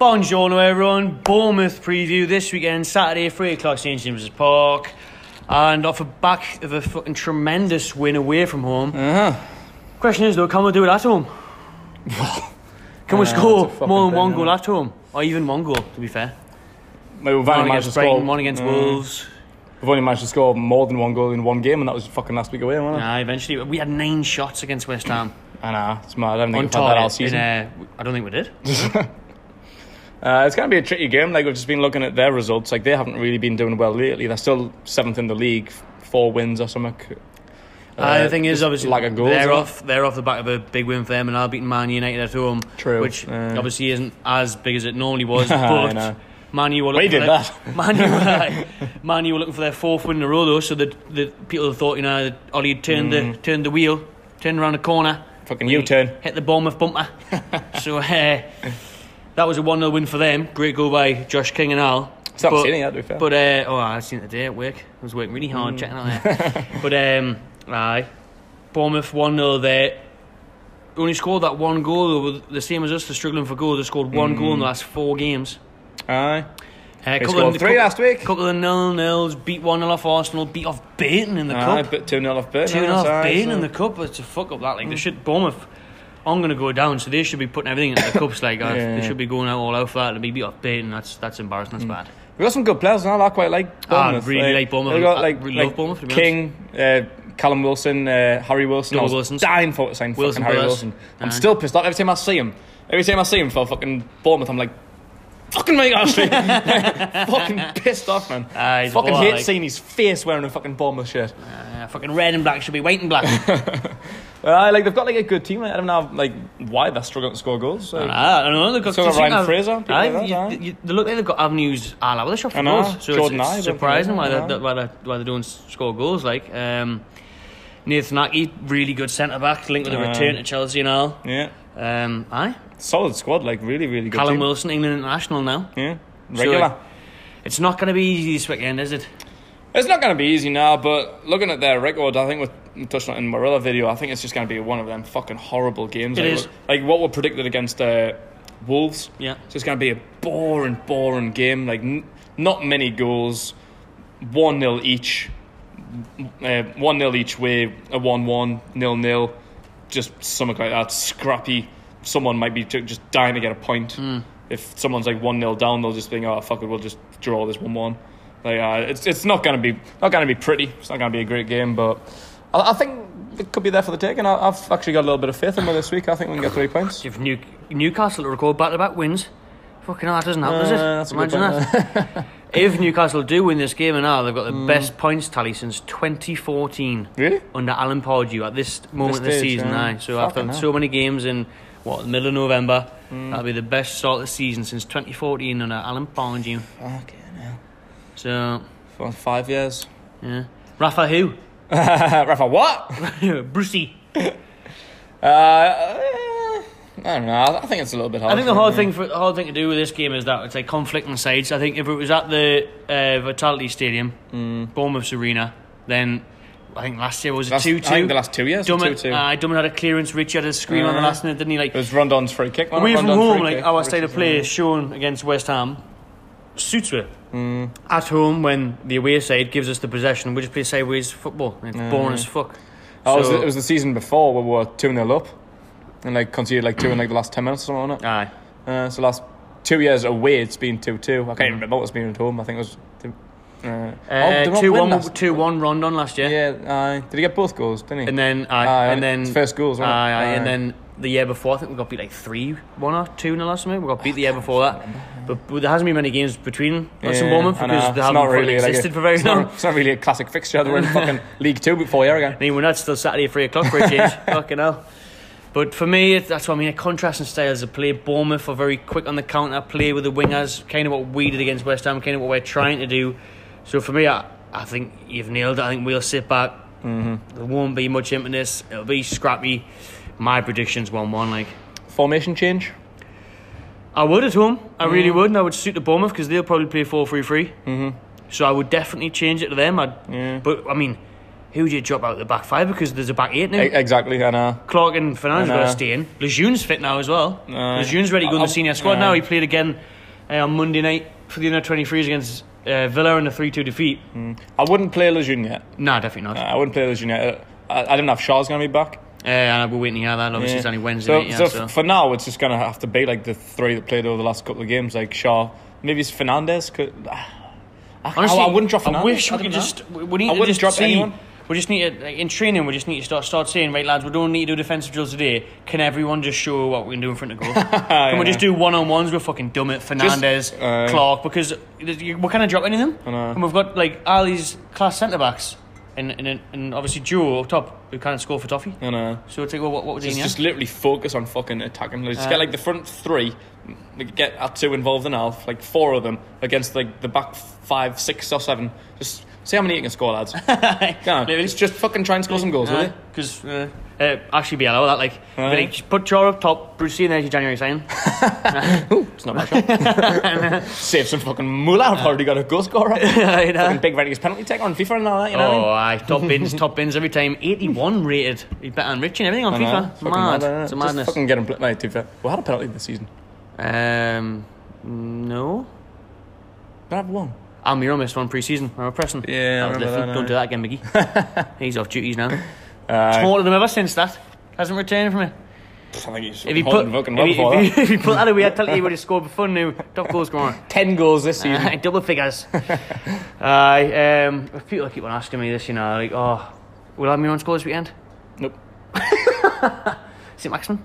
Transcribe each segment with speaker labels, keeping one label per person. Speaker 1: Buongiorno, everyone. Bournemouth preview this weekend, Saturday, 3 o'clock, St. James's Park. And off the back of a fucking tremendous win away from home.
Speaker 2: Uh-huh.
Speaker 1: Question is, though, can we do it at home? can we
Speaker 2: Uh,
Speaker 1: score
Speaker 2: that's a fucking
Speaker 1: more than one
Speaker 2: thing,
Speaker 1: goal
Speaker 2: innit?
Speaker 1: at home? Or even one goal, to be fair.
Speaker 2: Maybe we've
Speaker 1: One
Speaker 2: only managed to
Speaker 1: against
Speaker 2: score.
Speaker 1: Brighton, one against
Speaker 2: Mm.
Speaker 1: Wolves.
Speaker 2: We've only managed to score more than one goal in one game, and that was fucking last week away, wasn't it?
Speaker 1: Nah, eventually. We had nine shots against West Ham.
Speaker 2: I know uh, it's mad. I don't
Speaker 1: on
Speaker 2: think we've had that all
Speaker 1: target. in,
Speaker 2: season.
Speaker 1: uh, I don't think we did.
Speaker 2: Uh, it's going to be a tricky game. Like we've just been looking at their results. Like they haven't really been doing well lately. They're still seventh in the league, f- four wins or something.
Speaker 1: Uh, the
Speaker 2: Uh,
Speaker 1: thing is,
Speaker 2: just
Speaker 1: obviously,
Speaker 2: lack of goals,
Speaker 1: they're
Speaker 2: isn't it?
Speaker 1: off. They're off the back of a big win for them, and I'll beating Man United at home,
Speaker 2: True,
Speaker 1: which
Speaker 2: yeah.
Speaker 1: obviously isn't as big as it normally was.
Speaker 2: I
Speaker 1: but
Speaker 2: know.
Speaker 1: Man U were
Speaker 2: We
Speaker 1: looking for
Speaker 2: did
Speaker 1: their, Man U, were, Man U were looking for their fourth win in a row, though. So the the people thought, you know, that Ollie had turned
Speaker 2: Mm.
Speaker 1: the turned the wheel, turned around the corner,
Speaker 2: Fucking U-turn.
Speaker 1: hit the Bournemouth bumper. so uh, that was a one 0 win for them. Great goal by Josh King and Al.
Speaker 2: It's not seen it yet, to be fair.
Speaker 1: But uh, oh, I seen it today at work. I was working really
Speaker 2: Mm.
Speaker 1: hard checking out there. but um, aye, Bournemouth one 0 there. Only scored that one goal. They were the same as us. They're struggling for goals. They scored one goal in the last four games.
Speaker 2: Aye.
Speaker 1: Uh,
Speaker 2: Mm. They scored three last week.
Speaker 1: Couple of nil nils. Beat one 0 off Arsenal. Beat off Burton in the
Speaker 2: Aye,
Speaker 1: cup.
Speaker 2: but two 0 off
Speaker 1: Two
Speaker 2: Burton.
Speaker 1: 0 off
Speaker 2: aye,
Speaker 1: Burton
Speaker 2: so- Mm.
Speaker 1: in the cup. It's a fuck up that. Like they should Bournemouth. I'm gonna go down, so they should be putting everything into the cups. Like uh,
Speaker 2: Yeah. Mm.
Speaker 1: they should be going out all out for that. To be beat off Burton, that's that's embarrassing. That's bad.
Speaker 2: We've got some good players now. I quite like
Speaker 1: Ah,
Speaker 2: Bournemouth.
Speaker 1: really like Bournemouth.
Speaker 2: They've got
Speaker 1: I
Speaker 2: like,
Speaker 1: really
Speaker 2: like
Speaker 1: love Bournemouth, to be
Speaker 2: King, uh, Callum Wilson, uh, Harry Wilson. I
Speaker 1: Double
Speaker 2: was
Speaker 1: Wilsons.
Speaker 2: dying for it, saying
Speaker 1: Wilson
Speaker 2: fucking Harry
Speaker 1: brothers.
Speaker 2: Wilson. I'm
Speaker 1: Aye.
Speaker 2: still pissed off every time I see him. Every time I see him for fucking Bournemouth, I'm like, fucking mate, Ashley. fucking pissed off, man.
Speaker 1: Aye, he's a
Speaker 2: fucking
Speaker 1: baller,
Speaker 2: hate
Speaker 1: like.
Speaker 2: seeing his face wearing a fucking Bournemouth shirt.
Speaker 1: Uh, fucking red and black should be white and black.
Speaker 2: Uh, like they've got like a good team. Like, I don't know like why they're struggling to score goals. So.
Speaker 1: I don't know. They've got
Speaker 2: So
Speaker 1: they seem
Speaker 2: Ryan
Speaker 1: to have-
Speaker 2: Fraser, people
Speaker 1: Aye,
Speaker 2: like that,
Speaker 1: you- you- they look like they've got avenues all over the shop
Speaker 2: I
Speaker 1: for
Speaker 2: know,
Speaker 1: goals. So
Speaker 2: Jordan
Speaker 1: it's,
Speaker 2: Ayew,
Speaker 1: it's
Speaker 2: don't
Speaker 1: surprising why
Speaker 2: forget
Speaker 1: they
Speaker 2: him, I know.
Speaker 1: why they why they don't score goals. Like um, Nathan Aki, really good centre back, linked with a
Speaker 2: Aye.
Speaker 1: return to Chelsea and all.
Speaker 2: Yeah,
Speaker 1: Um, aye,
Speaker 2: solid squad. Like really, really good.
Speaker 1: Callum
Speaker 2: team.
Speaker 1: Wilson, England international now.
Speaker 2: Yeah,
Speaker 1: So
Speaker 2: regular.
Speaker 1: it's not going to be easy this weekend, is it?
Speaker 2: It's not going to be easy now, but looking at their record, I think with we touched on it in Marilla video, I think it's just going to be one of them fucking horrible games.
Speaker 1: It
Speaker 2: like,
Speaker 1: is.
Speaker 2: like what were predicted against uh, Wolves.
Speaker 1: Yeah.
Speaker 2: it's just going to be a boring, boring game. Like n- not many goals, one 0 each, Uh, one 0 each way, a one one, nil nil, just something like that. Scrappy. Someone might be ju- just dying to get a point. If someone's like one 0 down, they'll just think, "Oh fuck it, we'll just draw this one one." Like, uh, it's it's not gonna be not gonna be pretty. It's not gonna be a great game, but I, I think it could be there for the taking. I, I've actually got a little bit of faith in them this week. I think we can get three points.
Speaker 1: If New- Newcastle to record back to back wins, fucking hell, that doesn't help, does it?
Speaker 2: Uh, that's a good
Speaker 1: Imagine
Speaker 2: point, Mm.
Speaker 1: that. if Newcastle do win this game and now they've got the best points tally since 2014
Speaker 2: Really?
Speaker 1: under Alan Pardew at this moment of
Speaker 2: This
Speaker 1: the
Speaker 2: stage,
Speaker 1: season.
Speaker 2: yeah.
Speaker 1: Aye. So
Speaker 2: Fucking
Speaker 1: after
Speaker 2: hell. Mm.
Speaker 1: so many games in what the middle of November, that'll be the best start of the season since 2014 under Alan Pardew.
Speaker 2: Fucking hell.
Speaker 1: So
Speaker 2: For five years.
Speaker 1: yeah, Rafa who?
Speaker 2: Rafa, what?
Speaker 1: Brucey.
Speaker 2: Uh, I don't know. I I think it's a little bit hard.
Speaker 1: I think the
Speaker 2: for
Speaker 1: hard
Speaker 2: me.
Speaker 1: thing for the hard thing to do with this game is that it's like conflicting sides. I think if it was at the uh, Vitality Stadium, Bournemouth Arena, then I think last year was a
Speaker 2: Mm. Last- I
Speaker 1: two
Speaker 2: think
Speaker 1: two.
Speaker 2: the last two years were 2-2.
Speaker 1: Uh, Dummett had a clearance. Rich had a screen on the
Speaker 2: Uh-huh.
Speaker 1: last minute, didn't he? Like
Speaker 2: It was Rondon's free kick. wasn't it?
Speaker 1: away from
Speaker 2: Rondon
Speaker 1: home,
Speaker 2: free
Speaker 1: like
Speaker 2: kick,
Speaker 1: our
Speaker 2: which
Speaker 1: state of
Speaker 2: is,
Speaker 1: play
Speaker 2: uh,
Speaker 1: shown against West Ham suits it.
Speaker 2: Mm.
Speaker 1: At home, when the away side gives us the possession, we just play sideways football. and It's boring as fuck.
Speaker 2: Oh, it, was
Speaker 1: So-
Speaker 2: the, it was the season before where we were 2 0 up and like conceded like 2 in like the last 10 minutes or something, wasn't it?
Speaker 1: aye.
Speaker 2: Uh, so last two years away, it's been 2 2. I can't even remember what's been at home. I think it was. Two, uh, oh, did
Speaker 1: Mm. Uh,
Speaker 2: Rob
Speaker 1: two
Speaker 2: win
Speaker 1: one,
Speaker 2: last-
Speaker 1: two one Rondon last year.
Speaker 2: Yeah, aye. Did he get both goals? Didn't he?
Speaker 1: And then, aye,
Speaker 2: Aye,
Speaker 1: and
Speaker 2: aye.
Speaker 1: then
Speaker 2: First goals,
Speaker 1: Aye,
Speaker 2: wasn't it?
Speaker 1: aye,
Speaker 2: Aye.
Speaker 1: and then the year before, I think we got beat like three one or two nil or something. We got beat the year before that, but, but there hasn't been many games between us and
Speaker 2: Oh, Yeah,
Speaker 1: Bournemouth
Speaker 2: I know.
Speaker 1: because they
Speaker 2: It's
Speaker 1: haven't
Speaker 2: not
Speaker 1: really,
Speaker 2: like, a-
Speaker 1: existed for very
Speaker 2: it's
Speaker 1: long.
Speaker 2: Not, it's not really a classic fixture. They were in fucking League Two before a year ago.
Speaker 1: I mean, we're not still Saturday at three o'clock for a change. Fucking hell. But for me, it- that's what I mean. A contrasting styles of play. Bournemouth are very quick on the counter, play with the wingers, kind of what we did against West Ham, kind of what we're trying to do. So for me, I, I think you've nailed it. I think we'll sit back. Mm-hmm. There won't be much impetus. It'll be scrappy. My prediction's 1 1. Like
Speaker 2: Formation change.
Speaker 1: I would at home. I really would. And I would suit the Bournemouth because Mm-hmm. they'll probably play 4 3 3. So I would definitely change it to them. I'd,
Speaker 2: Yeah.
Speaker 1: But I mean, who do you drop out the back five because there's a back eight now.
Speaker 2: E- Exactly, I know.
Speaker 1: Clark and Fernandez
Speaker 2: I
Speaker 1: got to
Speaker 2: know.
Speaker 1: stay in. Lejeune's fit now as well.
Speaker 2: Aye.
Speaker 1: Lejeune's ready to go in the
Speaker 2: I-
Speaker 1: senior squad now.
Speaker 2: aye.
Speaker 1: He played again uh, on Monday night for the under 23s against uh, Villa in a 3 2 defeat.
Speaker 2: I wouldn't play Lejeune yet.
Speaker 1: Nah, definitely not.
Speaker 2: I wouldn't play Lejeune yet. I, I didn't have Shaw's going to be back.
Speaker 1: Uh, and we're waiting to hear that. Obviously, it's
Speaker 2: Yeah.
Speaker 1: only Wednesday
Speaker 2: So,
Speaker 1: night. Yeah,
Speaker 2: so,
Speaker 1: so,
Speaker 2: f- for now, it's just going to have to be like the three that played over the last couple of games, like Shaw. Maybe it's Fernandez. Could, I,
Speaker 1: Honestly,
Speaker 2: I, I wouldn't drop
Speaker 1: I
Speaker 2: Fernandez.
Speaker 1: wish we
Speaker 2: don't
Speaker 1: could
Speaker 2: know.
Speaker 1: just. We, we need
Speaker 2: I
Speaker 1: to
Speaker 2: wouldn't
Speaker 1: just
Speaker 2: drop
Speaker 1: see.
Speaker 2: anyone.
Speaker 1: We just need to, like, in training, we just need to start start saying, right, lads, we don't need to do defensive drills today. Can everyone just show what we can do in front of goal? can we
Speaker 2: Ah, Yeah.
Speaker 1: just do one on ones with fucking Dummett, Fernandez,
Speaker 2: aye.
Speaker 1: Clark? Because there's- you- we're kind of dropping them.
Speaker 2: know.
Speaker 1: And we've got, like, all these class centre backs and, and, and obviously Joe up top who can't score for Toffee.
Speaker 2: You know.
Speaker 1: So it's like, well, what, what would he
Speaker 2: Just,
Speaker 1: need?
Speaker 2: just literally focus on fucking attacking. Like, just
Speaker 1: Uh,
Speaker 2: get like the front three, like, get our two involved in half, like four of them against like the back five, six or seven. Just see how many you can score, lads. no,
Speaker 1: Literally.
Speaker 2: just, just fucking try and score some goals, will you?
Speaker 1: Because uh, uh, actually, be allowed that. Like,
Speaker 2: Aye.
Speaker 1: like, just put Joe up top, Bruce, see you in there, January sign.
Speaker 2: It's not my shot. Save some fucking moolah. I've already got a goal scorer.
Speaker 1: I know.
Speaker 2: Fucking big Renegades penalty take on FIFA and all that, you know?
Speaker 1: Oh,
Speaker 2: what
Speaker 1: aye, top bins, top bins every time. 81 rated. He's better than Rich and everything on
Speaker 2: I mean? I know,
Speaker 1: Oh, FIFA. It's
Speaker 2: fucking
Speaker 1: mad.
Speaker 2: innit?
Speaker 1: It's a
Speaker 2: Just
Speaker 1: madness.
Speaker 2: fucking get him. Mate, to be fair, we had a penalty this season.
Speaker 1: Um, no.
Speaker 2: Did I have one?
Speaker 1: Almiro missed one pre season. I remember pressing.
Speaker 2: Yeah, I
Speaker 1: That was
Speaker 2: remember
Speaker 1: Liffey.
Speaker 2: that,
Speaker 1: Don't
Speaker 2: aye.
Speaker 1: do that again, Biggie. he's off duties now.
Speaker 2: Uh,
Speaker 1: More than him ever since that. Hasn't returned from it.
Speaker 2: I think he's
Speaker 1: If you put, if
Speaker 2: holding fucking well
Speaker 1: you,
Speaker 2: before that.
Speaker 1: if you, if you put that away, I tell you he would have scored before now. Top goal scorer.
Speaker 2: Ten goals this season.
Speaker 1: Aye, double figures. Aye, um, people keep on asking me this, you know, like, oh, will Almiron score this weekend?
Speaker 2: Nope.
Speaker 1: St. Maximin?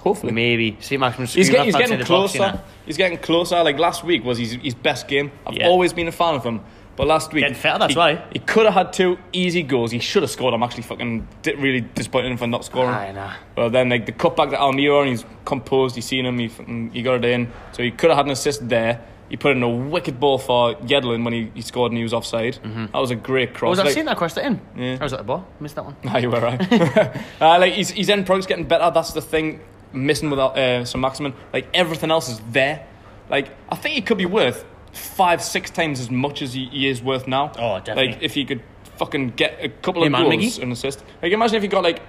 Speaker 2: Hopefully.
Speaker 1: Maybe. St. Maximin's
Speaker 2: He's,
Speaker 1: screwed
Speaker 2: get, he's
Speaker 1: left
Speaker 2: getting
Speaker 1: outside the box,
Speaker 2: closer.
Speaker 1: you know.
Speaker 2: He's getting closer. Like last week was his, his best game. I've
Speaker 1: Yeah.
Speaker 2: always been a fan of him, but last week
Speaker 1: Getting fitter, that's
Speaker 2: he,
Speaker 1: why.
Speaker 2: he could have had two easy goals. He should have scored. I'm actually fucking di- really disappointed in him for not scoring.
Speaker 1: Aye, nah.
Speaker 2: But then like the cutback that Almiro and he's composed. He's seen him. He fucking, he got it in. So he could have had an assist there. He put in a wicked ball for Yedlin when he, he scored and he was offside. That was a great
Speaker 1: Oh,
Speaker 2: cross.
Speaker 1: was I
Speaker 2: Like-
Speaker 1: seeing that crossed it in?
Speaker 2: Yeah.
Speaker 1: I was at the bar. Missed that one.
Speaker 2: Ah, you were right. uh, like his, his end product's getting better. That's the thing missing without uh, some Maximin. Like everything else is there. Like I think he could be worth five, six times as much as he, he is worth now.
Speaker 1: Oh, definitely.
Speaker 2: Like if he could fucking get a couple
Speaker 1: Him
Speaker 2: of
Speaker 1: and
Speaker 2: goals
Speaker 1: Miggy?
Speaker 2: and assist. Like imagine if he got like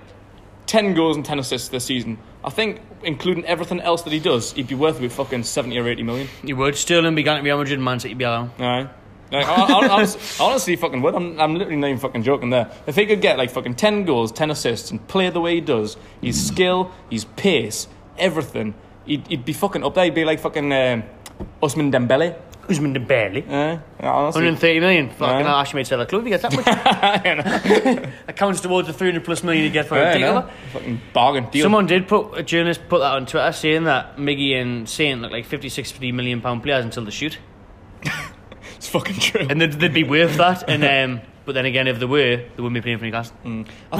Speaker 2: ten goals and ten assists this season. I think including everything else that he does, he'd be worth about fucking seventy or eighty million.
Speaker 1: You would. Sterling be going to Real Madrid and Man City be alone.
Speaker 2: Aye. Like, I, I, I, honest- I honestly fucking would. I'm, I'm literally not even fucking joking there. If he could get like fucking 10 goals, 10 assists, and play the way he does, his skill, his pace, everything, he'd, he'd be fucking up there. He'd be like fucking um, Usman Dembele.
Speaker 1: Usman to barely.
Speaker 2: Uh, honestly.
Speaker 1: 130 million. Fucking
Speaker 2: Aye.
Speaker 1: hell, Ashley made sell a club if he gets that much. that counts towards the 300 plus million you get for
Speaker 2: Aye,
Speaker 1: a
Speaker 2: no.
Speaker 1: takeover.
Speaker 2: Fucking bargain deal.
Speaker 1: eh? Someone did put, a journalist put that on Twitter saying that Miggy and Saint look like 50, 60 million pound players until the shoot.
Speaker 2: It's fucking true.
Speaker 1: And they'd, they'd be worth that. Mm. And um, But then again, if they were, they wouldn't be playing for Newcastle.
Speaker 2: I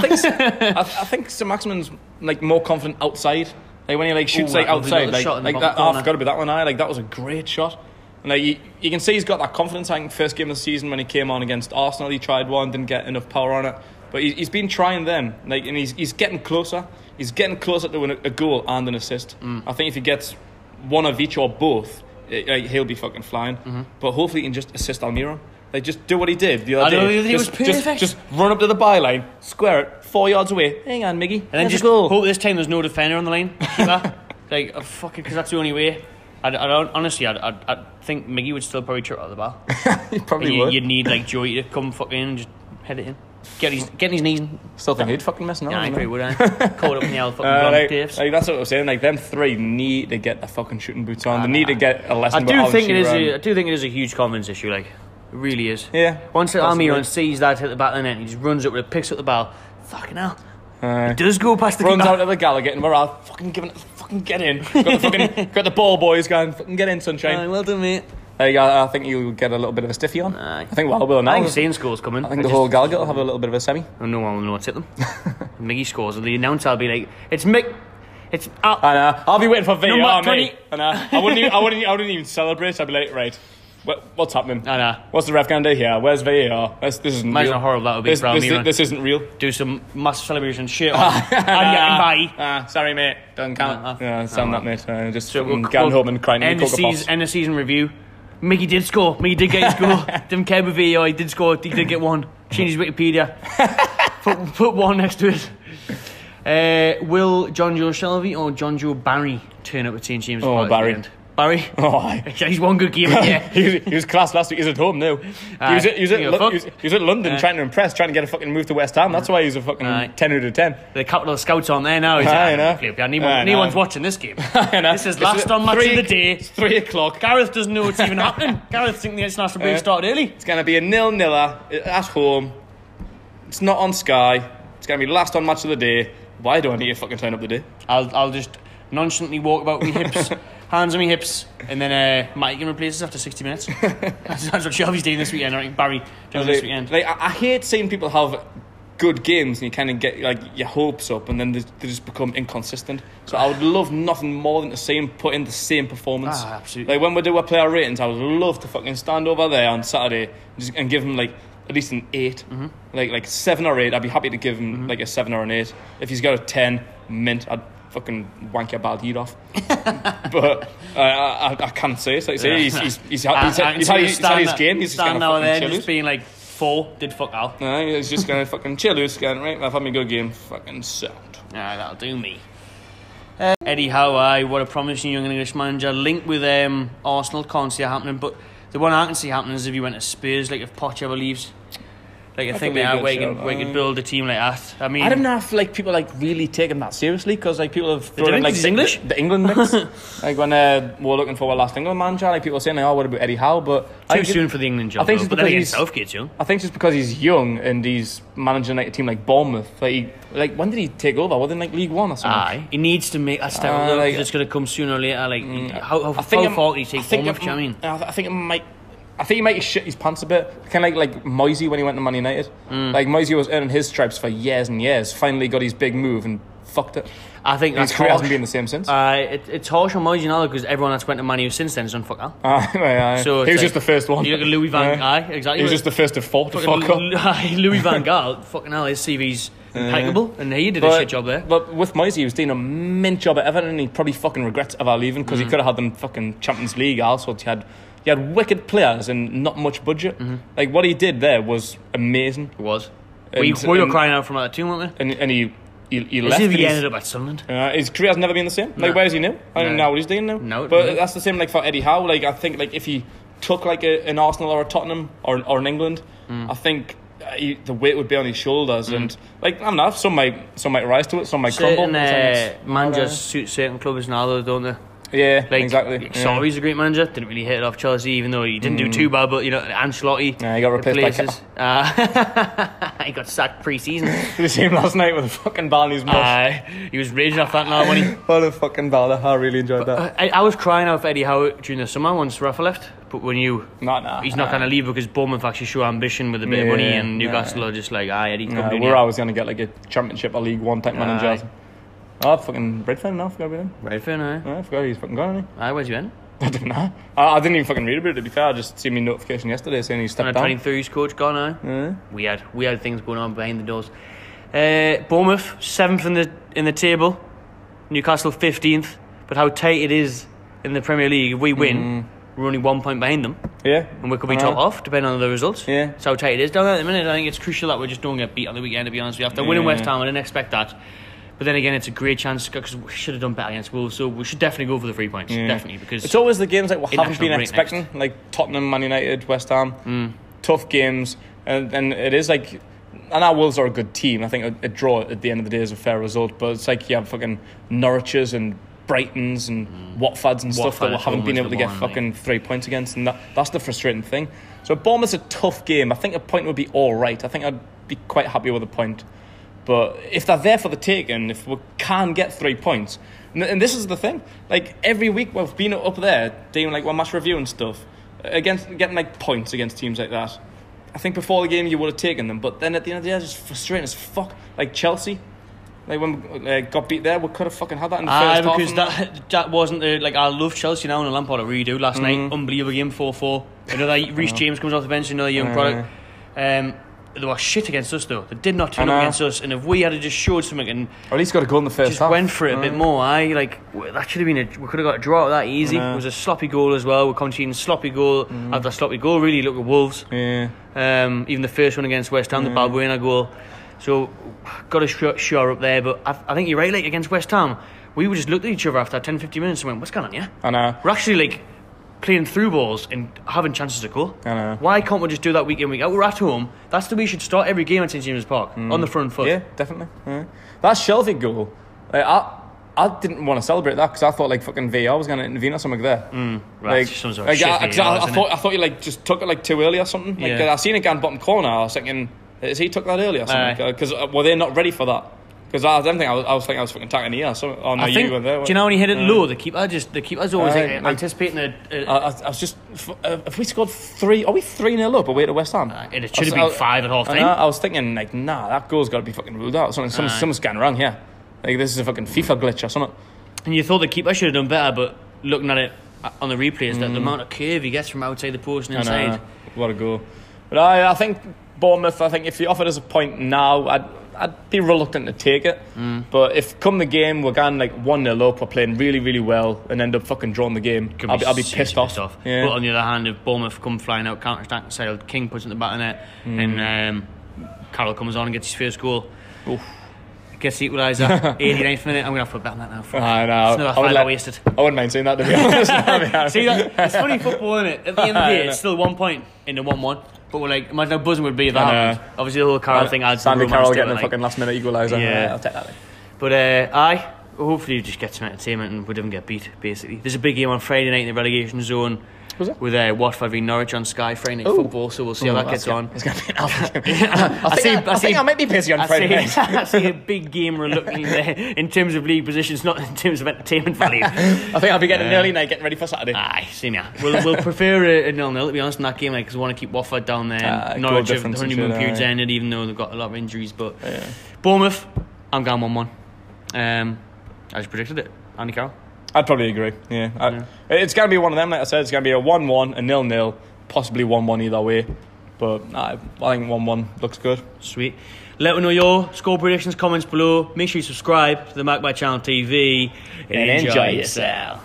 Speaker 2: think I, I think Sir Maximin's like more confident outside. Like when he like shoots
Speaker 1: Ooh,
Speaker 2: like
Speaker 1: that lovely
Speaker 2: outside,
Speaker 1: little
Speaker 2: like,
Speaker 1: shot in the
Speaker 2: like
Speaker 1: bottom
Speaker 2: that. Oh, I
Speaker 1: corner.
Speaker 2: forgot about that one. I like that was a great shot. And like you, you can see he's got that confidence. I think first game of the season when he came on against Arsenal, he tried one, didn't get enough power on it. But he, he's been trying them, like, and he's he's getting closer. He's getting closer to an, a goal and an assist.
Speaker 1: Mm.
Speaker 2: I think if he gets one of each or both, it, like, he'll be fucking flying.
Speaker 1: Mm-hmm.
Speaker 2: But hopefully, he can just assist Almiron. Like, just do what he did the other
Speaker 1: I know
Speaker 2: day.
Speaker 1: that he was
Speaker 2: Just- just-
Speaker 1: perfect.
Speaker 2: just run up to the byline, square it, four yards away. Hang on, Miggy.
Speaker 1: And then just hope this time there's no defender on the line. Keeper. like, oh, fuck it, because that's the only way. I, I don't, honestly, I, I, I think Miggy would still probably trip out of the bar.
Speaker 2: He probably
Speaker 1: you,
Speaker 2: would.
Speaker 1: you'd need, like, Joey to come fucking in and just head it in. Get his, get his knees in.
Speaker 2: Still think he'd fucking mess up.
Speaker 1: Yeah, I
Speaker 2: wouldn't
Speaker 1: probably
Speaker 2: he?
Speaker 1: would, I. Caught up in the old fucking
Speaker 2: Uh,
Speaker 1: blonde
Speaker 2: like,
Speaker 1: Daves.
Speaker 2: like, that's what I'm saying. Like them three need to get their fucking shooting boots on.
Speaker 1: Ah,
Speaker 2: they need
Speaker 1: nah.
Speaker 2: to get a
Speaker 1: I
Speaker 2: lesson. about
Speaker 1: do
Speaker 2: how
Speaker 1: think
Speaker 2: to
Speaker 1: it
Speaker 2: shoot
Speaker 1: is.
Speaker 2: around.
Speaker 1: A, I do think it is a huge confidence issue. Like, it really is.
Speaker 2: Yeah,
Speaker 1: Once the army
Speaker 2: possibly.
Speaker 1: run sees that hit the back of the net, he just runs up with it, picks up the ball. Fucking hell!
Speaker 2: Aye.
Speaker 1: It does go past the
Speaker 2: Uh, runs
Speaker 1: keeper.
Speaker 2: out to the Gallagher and we're all fucking giving it. Fucking get in. Got the fucking got the ball boys going. Fucking get in,
Speaker 1: Aye,
Speaker 2: sunshine.
Speaker 1: well done, mate.
Speaker 2: Like, I, I think you'll get a little bit of a stiffy on.
Speaker 1: Aye.
Speaker 2: I think well will now.
Speaker 1: I think Zane's goal's coming.
Speaker 2: I think the whole Gallagher will have a little bit of a semi.
Speaker 1: And no one will know what's hit them. Miggy scores, and the announcer will be like, "It's Mick, it's Al."
Speaker 2: I know. I'll be waiting for VAR,
Speaker 1: Number 20.
Speaker 2: mate. I know. I wouldn't. Even, I wouldn't. e- I wouldn't even celebrate. I'd be like, right, what, what's happening?
Speaker 1: I know.
Speaker 2: What's the ref going to do here? Where's VAR? This, this isn't
Speaker 1: Imagine how
Speaker 2: real.
Speaker 1: horrible that would be
Speaker 2: This,
Speaker 1: for
Speaker 2: this,
Speaker 1: Almiron.
Speaker 2: this isn't real.
Speaker 1: Do some massive celebration, shit on, and get him by.
Speaker 2: Ah, sorry, mate. Doesn't count.
Speaker 1: Ah, ah.
Speaker 2: yeah, sound that, mate. Uh, just so
Speaker 1: we'll-
Speaker 2: Gan
Speaker 1: we'll
Speaker 2: Hoban crying in
Speaker 1: End
Speaker 2: the
Speaker 1: of
Speaker 2: cocoa
Speaker 1: season, end of season review. Mickey did score. Mickey did get his goal. Didn't care about VAR. He did score. He did get one. Change his Wikipedia. put, put one next to it. Uh, will John Joe Shelby or John Joe Barry turn up at St James?
Speaker 2: Oh,
Speaker 1: Park at the
Speaker 2: Barry.
Speaker 1: end? Barry.
Speaker 2: Oh, aye.
Speaker 1: Yeah, he's one good game. Yeah.
Speaker 2: he, was, he was class last week. He's at home now.
Speaker 1: Aye.
Speaker 2: he, was at, he, was at
Speaker 1: Speaking of
Speaker 2: Lo-
Speaker 1: fuck.
Speaker 2: he, was, he was at London trying to impress, trying to get a fucking move to West Ham. That's why he's a fucking
Speaker 1: Aye.
Speaker 2: 10 out of 10.
Speaker 1: The capital of scouts on there now. He's like,
Speaker 2: Aye,
Speaker 1: "Ah,
Speaker 2: no.
Speaker 1: flip, yeah, no one-
Speaker 2: Aye,
Speaker 1: no
Speaker 2: no.
Speaker 1: one's watching this game.
Speaker 2: I know.
Speaker 1: This is last on match
Speaker 2: three-
Speaker 1: of the day.
Speaker 2: It's 3 o'clock.
Speaker 1: Gareth doesn't know what's even happening. Gareth thinks the international break
Speaker 2: Uh,
Speaker 1: started early.
Speaker 2: It's going to be a nil niller at home. It's not on Sky. It's going to be last on match of the day. Why do I need to fucking turn up the day?
Speaker 1: I'll I'll just nonchalantly walk about with my hips, hands on my hips, and then uh, Mike can replace us after sixty minutes. that's, that's what Shelby's doing this weekend. I reckon Barry doing this
Speaker 2: Like,
Speaker 1: weekend.
Speaker 2: like, I, I hate seeing people have good games and you kind of get like your hopes up and then they, they just become inconsistent. So I would love nothing more than to see him put in the same performance.
Speaker 1: Ah, absolutely.
Speaker 2: Like when we do our player ratings, I would love to fucking stand over there on Saturday and, just, and give him like at least an 8
Speaker 1: Mm-hmm.
Speaker 2: like like seven or eight. I'd be happy to give him like a seven or an eight. If he's got a ten, mint, I'd fucking wank your bald heat off. but uh, I, I, I can't say. It's like say
Speaker 1: Yeah.
Speaker 2: he's he's he's,
Speaker 1: I-
Speaker 2: he's,
Speaker 1: I
Speaker 2: had-
Speaker 1: can
Speaker 2: he's,
Speaker 1: see
Speaker 2: had-
Speaker 1: you
Speaker 2: he's had his
Speaker 1: standing-
Speaker 2: game. He's just kind
Speaker 1: standing
Speaker 2: of
Speaker 1: over there,
Speaker 2: fucking
Speaker 1: just
Speaker 2: chilly.
Speaker 1: being like four did fuck out.
Speaker 2: No, he's just gonna fucking chill. He's going right. I've had my good game. Fucking sound.
Speaker 1: Ah, that'll do me. Uh, Eddie Howe, aye, what a promising young English manager. Linked with um, Arsenal, can't see it happening. But the one I can see happening is if he went to Spurs, like if Poch ever leaves. Like I think
Speaker 2: be a
Speaker 1: that
Speaker 2: good
Speaker 1: we can
Speaker 2: shout,
Speaker 1: we can
Speaker 2: aye.
Speaker 1: build a team like that. I mean,
Speaker 2: I don't know if like people like really taking that seriously because like people have
Speaker 1: don't
Speaker 2: thrown in,
Speaker 1: think
Speaker 2: like
Speaker 1: he's
Speaker 2: the-
Speaker 1: English?
Speaker 2: the, England mix. like when uh, we we're looking for our last England manager, like people were saying, like, "Oh, what about Eddie Howe?" But I
Speaker 1: too
Speaker 2: think it-
Speaker 1: soon for the England job.
Speaker 2: I think
Speaker 1: though,
Speaker 2: just
Speaker 1: but then
Speaker 2: because
Speaker 1: again,
Speaker 2: he's-
Speaker 1: Southgate's young.
Speaker 2: I think just because he's young and he's managing like a team like Bournemouth, like he, like when did he take over? Was it like League One or something?
Speaker 1: Aye, he needs to make that step.
Speaker 2: Uh,
Speaker 1: up
Speaker 2: like- mm,
Speaker 1: because it's going to come sooner or later. Like how how,
Speaker 2: I think
Speaker 1: how
Speaker 2: it-
Speaker 1: far can you take
Speaker 2: I think
Speaker 1: Bournemouth? Do
Speaker 2: it-
Speaker 1: you know what I mean?
Speaker 2: I, th- I think it might. I think he might shit his pants a bit, kind of like like Moisey when he went to Man United.
Speaker 1: Mm.
Speaker 2: Like Moisey was earning his stripes for years and years. Finally got his big move and fucked it.
Speaker 1: I think
Speaker 2: His
Speaker 1: that's
Speaker 2: career hasn't
Speaker 1: harsh.
Speaker 2: been the same since.
Speaker 1: Uh, it, it's harsh on Moyes now because everyone that's went to Manu since then has done fuck all.
Speaker 2: Aye, aye, aye.
Speaker 1: So
Speaker 2: he
Speaker 1: it's
Speaker 2: was just the
Speaker 1: like-
Speaker 2: first one.
Speaker 1: You look at Louis Van
Speaker 2: Aye.
Speaker 1: Aye, exactly.
Speaker 2: He was just the first to fall to
Speaker 1: Fucking
Speaker 2: fuck up.
Speaker 1: Lu- Louis Van Gaal, fucking hell, his CV's impeccable, and he did a shit job eh? there.
Speaker 2: But with Moisey, he was doing a mint job at Everton, and he probably fucking regrets ever leaving because
Speaker 1: Mm.
Speaker 2: he could have had them fucking Champions League. Also, he had he had wicked players and not much budget.
Speaker 1: Mm-hmm.
Speaker 2: Like what he did there was amazing,
Speaker 1: It was. We,
Speaker 2: And-
Speaker 1: we were
Speaker 2: and-
Speaker 1: crying out from that too, weren't
Speaker 2: and and he he, he
Speaker 1: we?
Speaker 2: left.
Speaker 1: As if
Speaker 2: and
Speaker 1: he
Speaker 2: he's-
Speaker 1: ended up at Sunderland.
Speaker 2: Uh, his career has never been the same. Like,
Speaker 1: No.
Speaker 2: where is he now? I don't
Speaker 1: No.
Speaker 2: know what he's doing now.
Speaker 1: No,
Speaker 2: but
Speaker 1: no.
Speaker 2: that's the same. Like for Eddie Howe, like I think like if he took like a, an Arsenal or a Tottenham or or an England,
Speaker 1: Hmm.
Speaker 2: I think uh, he, the weight would be on his shoulders. And like I don't know, some might some might rise to it, some might
Speaker 1: Certain
Speaker 2: crumble.
Speaker 1: uh,
Speaker 2: Some-
Speaker 1: managers suit certain clubs now, though, don't they?
Speaker 2: yeah,
Speaker 1: Like,
Speaker 2: exactly. Yeah. Mm.
Speaker 1: Sorry's a great manager. Didn't really hit it off Chelsea, even though he didn't do too bad. But you know, Ancelotti.
Speaker 2: Yeah, he got
Speaker 1: the
Speaker 2: replaced by
Speaker 1: places. Uh, he got sacked pre-season.
Speaker 2: Did you see him last night with a fucking ball in his mouth?
Speaker 1: Aye, he was raging off that now when Uh, he uh,
Speaker 2: what a fucking ball! I really enjoyed that.
Speaker 1: I, I was crying out for Eddie Howe during the summer once Rafa left, but when you
Speaker 2: Nah, nah,
Speaker 1: he's not
Speaker 2: nah.
Speaker 1: going to leave because Bournemouth actually show ambition with a bit of
Speaker 2: Yeah,
Speaker 1: money, and
Speaker 2: nah.
Speaker 1: Newcastle are just like, ah, Eddie, come
Speaker 2: Nah,
Speaker 1: do
Speaker 2: we're
Speaker 1: it.
Speaker 2: always gonna get like a Championship or League One type
Speaker 1: Aye.
Speaker 2: manager. Oh, fucking Redfern now. I forgot everything.
Speaker 1: Redfern, aye,
Speaker 2: Yeah, I forgot he's fucking gone. Isn't he?
Speaker 1: aye, where's he been?
Speaker 2: I don't know. I, I didn't even fucking read about it. To be fair, I just seen me notification yesterday saying he
Speaker 1: Under
Speaker 2: stepped
Speaker 1: twenty
Speaker 2: down.
Speaker 1: threes coach gone, aye.
Speaker 2: Yeah.
Speaker 1: Weird, weird things going on behind the doors. Uh, Bournemouth seventh in the in the table, Newcastle fifteenth. But how tight it is in the Premier League. If we win,
Speaker 2: Mm-hmm.
Speaker 1: we're only one point behind them,
Speaker 2: Yeah.
Speaker 1: and we could be
Speaker 2: Uh-huh.
Speaker 1: top off depending on the results.
Speaker 2: Yeah.
Speaker 1: So how tight it is down there at the minute. I think it's crucial that we just don't get beat on the weekend. To be honest, with you. after winning
Speaker 2: Yeah.
Speaker 1: West Ham, I didn't expect that. But then again, it's a great chance because we should have done better against Wolves. So we should definitely go for the three points.
Speaker 2: Yeah.
Speaker 1: Definitely because
Speaker 2: It's always the games that we haven't
Speaker 1: national
Speaker 2: been
Speaker 1: break Mm.
Speaker 2: expecting, like Tottenham, Man United, West Ham. Tough games, and and it is like. And our Wolves are a good team. I think a, a draw at the end of the day is a fair result, but it's like you have fucking Norwiches and Brightons and Watfords and stuff
Speaker 1: Mm. Watford
Speaker 2: that we
Speaker 1: at
Speaker 2: haven't
Speaker 1: home
Speaker 2: been
Speaker 1: is
Speaker 2: able
Speaker 1: the
Speaker 2: to get
Speaker 1: one, like-
Speaker 2: fucking three points against, and that, that's the frustrating thing. So Bournemouth's a tough game. I think a point would be all right. I think I'd be quite happy with a point. But if they're there for the taking, if we can get three points, and, and this is the thing, like every week we've been up there doing like one match review and stuff against getting like points against teams like that. I think before the game you would have taken them, but then at the end of the day, it's just frustrating as fuck. Like Chelsea, like when we uh, got beat there, we could have fucking had that in the
Speaker 1: Aye,
Speaker 2: first half.
Speaker 1: Ah, because
Speaker 2: and-
Speaker 1: that that wasn't the like I love Chelsea now and Lampard I really do.
Speaker 2: Mm.
Speaker 1: Last night, unbelievable game four four. Another Reece James comes off the bench, another young product. Um, they were shit against us though. They did not turn
Speaker 2: I
Speaker 1: up
Speaker 2: know.
Speaker 1: against us, and if we had just showed something and
Speaker 2: Or at least got a goal in the first
Speaker 1: just
Speaker 2: half.
Speaker 1: went for it a
Speaker 2: Mm.
Speaker 1: bit more, I like w- that should have been a we could have got a draw that easy.
Speaker 2: I know. Mm.
Speaker 1: It was a sloppy goal as well. We're conceding sloppy goal after sloppy goal. Really, look at Wolves.
Speaker 2: Yeah.
Speaker 1: Um, even the first one against West Ham, the
Speaker 2: Mm.
Speaker 1: Balbuena goal. So, got to shore, shore up there. But I, I think you're right, like, against West Ham, we would just looked at each other after 10, 15 minutes and went, what's going on here?
Speaker 2: I know.
Speaker 1: We're actually, like, playing through balls and having chances to goal.
Speaker 2: I know.
Speaker 1: Why can't we just do that week in, week out? We're at home. That's the way we should start every game at St. James's Park, on the front foot.
Speaker 2: Mm. Yeah, definitely. Yeah. That Shelby goal, like, I I didn't want to celebrate that because I thought like fucking VR was going to intervene or something there. Mm,
Speaker 1: Right, it's just some sort of shit
Speaker 2: I, 'cause I-
Speaker 1: VAR,
Speaker 2: I
Speaker 1: isn't
Speaker 2: thought I thought you like just took it like too early or something. Like,
Speaker 1: Yeah.
Speaker 2: 'cause I seen it down bottom corner. I was thinking, is he took that early or something? Uh,
Speaker 1: Aye.
Speaker 2: Because were they not ready for that? Because I don't think I was, I was thinking I was fucking tagging here. So, oh no,
Speaker 1: I think,
Speaker 2: you were there.
Speaker 1: do
Speaker 2: weren't
Speaker 1: you know when he hit it low, the keeper just, the keeper's always
Speaker 2: Aye,
Speaker 1: like,
Speaker 2: like-
Speaker 1: anticipating a, a-
Speaker 2: I, I, I was just. f- Uh, if we scored three, are we three nil up away to West Ham?
Speaker 1: and it
Speaker 2: I
Speaker 1: should have
Speaker 2: was-
Speaker 1: been
Speaker 2: I-
Speaker 1: five at half
Speaker 2: I,
Speaker 1: time.
Speaker 2: know, I was thinking like, nah, that goal's got to be fucking ruled out. Something, some,
Speaker 1: Aye.
Speaker 2: something's going wrong here. Like this is a fucking FIFA glitch or something.
Speaker 1: And you thought the keeper should have done better, but looking at it uh, on the replays, that the amount of curve he gets from outside the post and
Speaker 2: Mm. I know,
Speaker 1: inside.
Speaker 2: uh, what a goal! But I, I think Bournemouth. I think if you offered us a point now, I'd, I'd be reluctant to take it.
Speaker 1: Mm.
Speaker 2: But if come the game we're going like one 0 up, we're playing really, really well, and end up fucking drawing the game,
Speaker 1: Could
Speaker 2: I'll be, I'll be
Speaker 1: seriously
Speaker 2: pissed off. Yeah.
Speaker 1: But on the other hand, if Bournemouth come flying out, counter attack and sailed, King puts it in the back of net,
Speaker 2: Mm.
Speaker 1: and um, Carroll comes on and gets his first goal.
Speaker 2: Oof.
Speaker 1: Gets the equaliser, 89th minute. I'm going to have to bet on that now. Fuck.
Speaker 2: I know.
Speaker 1: It's another
Speaker 2: I would
Speaker 1: five
Speaker 2: like-
Speaker 1: wasted.
Speaker 2: I wouldn't mind seeing that to be honest. I'll be honest.
Speaker 1: See, that, it's funny football, isn't it? At the end of the
Speaker 2: I
Speaker 1: day,
Speaker 2: know.
Speaker 1: it's still one point in the 1 1. But we're like, imagine how buzzing would be if that
Speaker 2: I know.
Speaker 1: happened. Obviously, the whole Carroll thing adds to the
Speaker 2: Sandy
Speaker 1: romance
Speaker 2: Carroll
Speaker 1: to it,
Speaker 2: getting a
Speaker 1: like-
Speaker 2: fucking last minute equaliser.
Speaker 1: Yeah.
Speaker 2: I'll take that. then.
Speaker 1: But uh, aye, hopefully we just get some entertainment and we don't get beat. Basically, there's a big game on Friday night in the relegation zone
Speaker 2: Was there?
Speaker 1: with uh, Watford v Norwich on Sky Friday night
Speaker 2: Ooh.
Speaker 1: football. So we'll see how that gets
Speaker 2: That's good.
Speaker 1: on.
Speaker 2: It's going to be an alpha game. I,
Speaker 1: I
Speaker 2: think
Speaker 1: see-
Speaker 2: I,
Speaker 1: I
Speaker 2: I think
Speaker 1: see-
Speaker 2: I might be busy on
Speaker 1: I
Speaker 2: Friday night.
Speaker 1: see, I see a big game reluctantly there in terms of league positions, not in terms of entertainment value.
Speaker 2: I think I'll be getting an early night, getting ready for Saturday.
Speaker 1: Aye, see ya. We'll, we'll prefer a, a nil nil to be honest in that game, like because we want to keep Watford down there.
Speaker 2: Ah,
Speaker 1: and
Speaker 2: goal
Speaker 1: Norwich have the
Speaker 2: difference and
Speaker 1: honeymoon
Speaker 2: shit,
Speaker 1: period's
Speaker 2: aye.
Speaker 1: ended, even though they've got a lot of injuries. But
Speaker 2: Yeah.
Speaker 1: Bournemouth, I'm going one one. Um, I just predicted it. Andy Carroll.
Speaker 2: I'd probably agree. Yeah, I, it's going to be one of them. Like I said, it's going to be a one-one, a nil-nil, possibly one-one either way. But nah, I think one-one looks good.
Speaker 1: Sweet. Let me know your score predictions, comments below. Make sure you subscribe to the Magpie Channel TV
Speaker 2: And enjoy yourself.